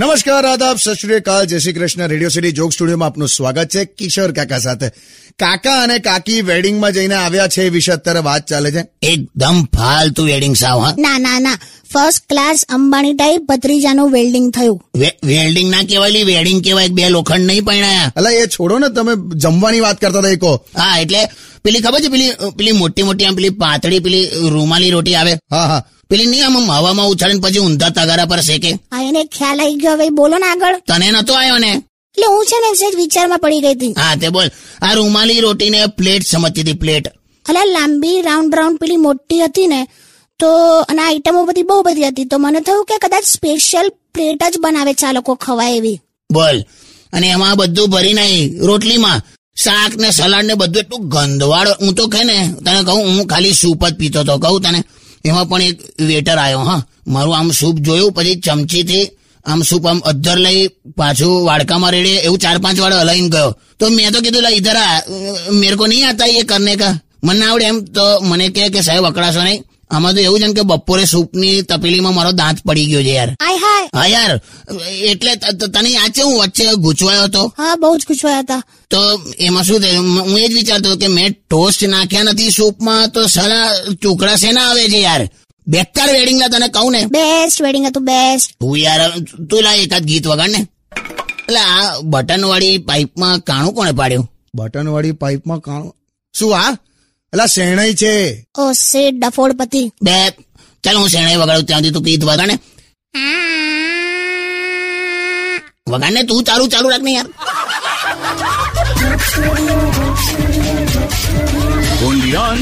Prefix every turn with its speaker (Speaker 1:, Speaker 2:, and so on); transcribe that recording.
Speaker 1: નમસ્કાર આદાબ સત શ્રી અકાલ જય Shri Krishna Radio City joke સ્ટુડિયોમાં આપનું સ્વાગત છે કિશોર કાકા સાથે કાકા અને કાકી વેડિંગમાં જઈને આવ્યા છે એ વિશે અત્યારે વાત ચાલે છે
Speaker 2: એકદમ ફાલતુ વેડિંગ સાવ હા
Speaker 3: ના ના ના ફર્સ્ટ ક્લાસ અંબાણી ટાઈપ ભત્રીજાનું વેલ્ડિંગ થયું
Speaker 2: વે- વેલ્ડિંગ ના કહેવાય લી, વેડિંગ કહેવાય બે લોખંડ નહીં પરણાયા
Speaker 1: અલા એ છોડો ને તમે જમવાની વાત કરતા હતા એ કહો
Speaker 2: હા એટલે પેલી ખબર છે પેલી અ, પેલી મોટી મોટી આમ પેલી પાતળી પેલી રૂમાલી રોટી આવે
Speaker 1: હા હા
Speaker 2: પેલી નહીં આમ આમ હવામાં ઉછાળીને પછી ઊંધા તગારા પર શેકે
Speaker 3: હા એને ખ્યાલ આવી ગયો હવે બોલો ને આગળ
Speaker 2: તને નતો આવ્યો ને
Speaker 3: એટલે હું છે ને સેજ વિચારમાં પડી ગઈ હતી
Speaker 2: હા તે બોલ આ રૂમાલી રોટીને પ્લેટ સમજતી હતી પ્લેટ
Speaker 3: અલા લાંબી રાઉન્ડ રાઉન્ડ પેલી મોટી હતી ને તો અને આઈટમો બધી બહુ બધી હતી તો મને થયું કે કદાચ સ્પેશિયલ પ્લેટ જ બનાવે છે આ લોકો ખવાય એવી
Speaker 2: બોલ અને એમાં બધું ભરી નાઈ રોટલીમાં શાક ને સલાડ ને બધું એટલું ગંધવાળ હું તો કહે ને તને કહું હું ખાલી સૂપ જ પીતો હતો કહું તને એમાં પણ એક વેટર આવ્યો હા મારું આમ સૂપ જોયું પછી ચમચીથી આમ સૂપ આમ અધ્ધર લઈ પાછું વાડકામાં રેડે એવું ચાર પાંચ વાળો હલાઈને ગયો તો મેં તો કીધું લા ઇધર આ અ, મેરે કો નહીં આતા એ કરને કા મને ના આવડે એમ તો મને કહે કે સાહેબ અકળાશો નહીં આમાં તો એવું છે ને કે બપોરે સૂપની તપેલીમાં મારો દાંત પડી ગયો છે યાર
Speaker 3: હાય હાય
Speaker 2: હા યાર એટલે ત- ત- તને યાદ છે હું વચ્ચે ગૂંચવાયો હતો
Speaker 3: હા બહુ જ ગુચવાયા હતા
Speaker 2: તો એમાં શું થયું મ- હું એ જ વિચારતો હતો કે મેં ટોસ્ટ નાખ્યા નથી સૂપમાં તો સલા ટુકડા શેના આવે છે યાર બેકાર વેડિંગના તને કહું ને
Speaker 3: બેસ્ટ વેડિંગ હતું બેસ્ટ
Speaker 2: તું યાર તું લા એકાદ ગીત વગાડ ને એટલે આ બટન વાળી પાઇપમાં કાણું કોણે પાડ્યું
Speaker 1: બટન વાળી પાઇપમાં કાણું શું આ અલા શેણાઈ છે
Speaker 3: ઓ શેઠ ડફોડપતિ
Speaker 2: બે ચાલ હું શેણાઈ વગાડું ત્યાં સુધી તું ગીત વગાડ ને વગાડ ને તું ચાલુ ચાલુ રાખ ને યાર
Speaker 4: only on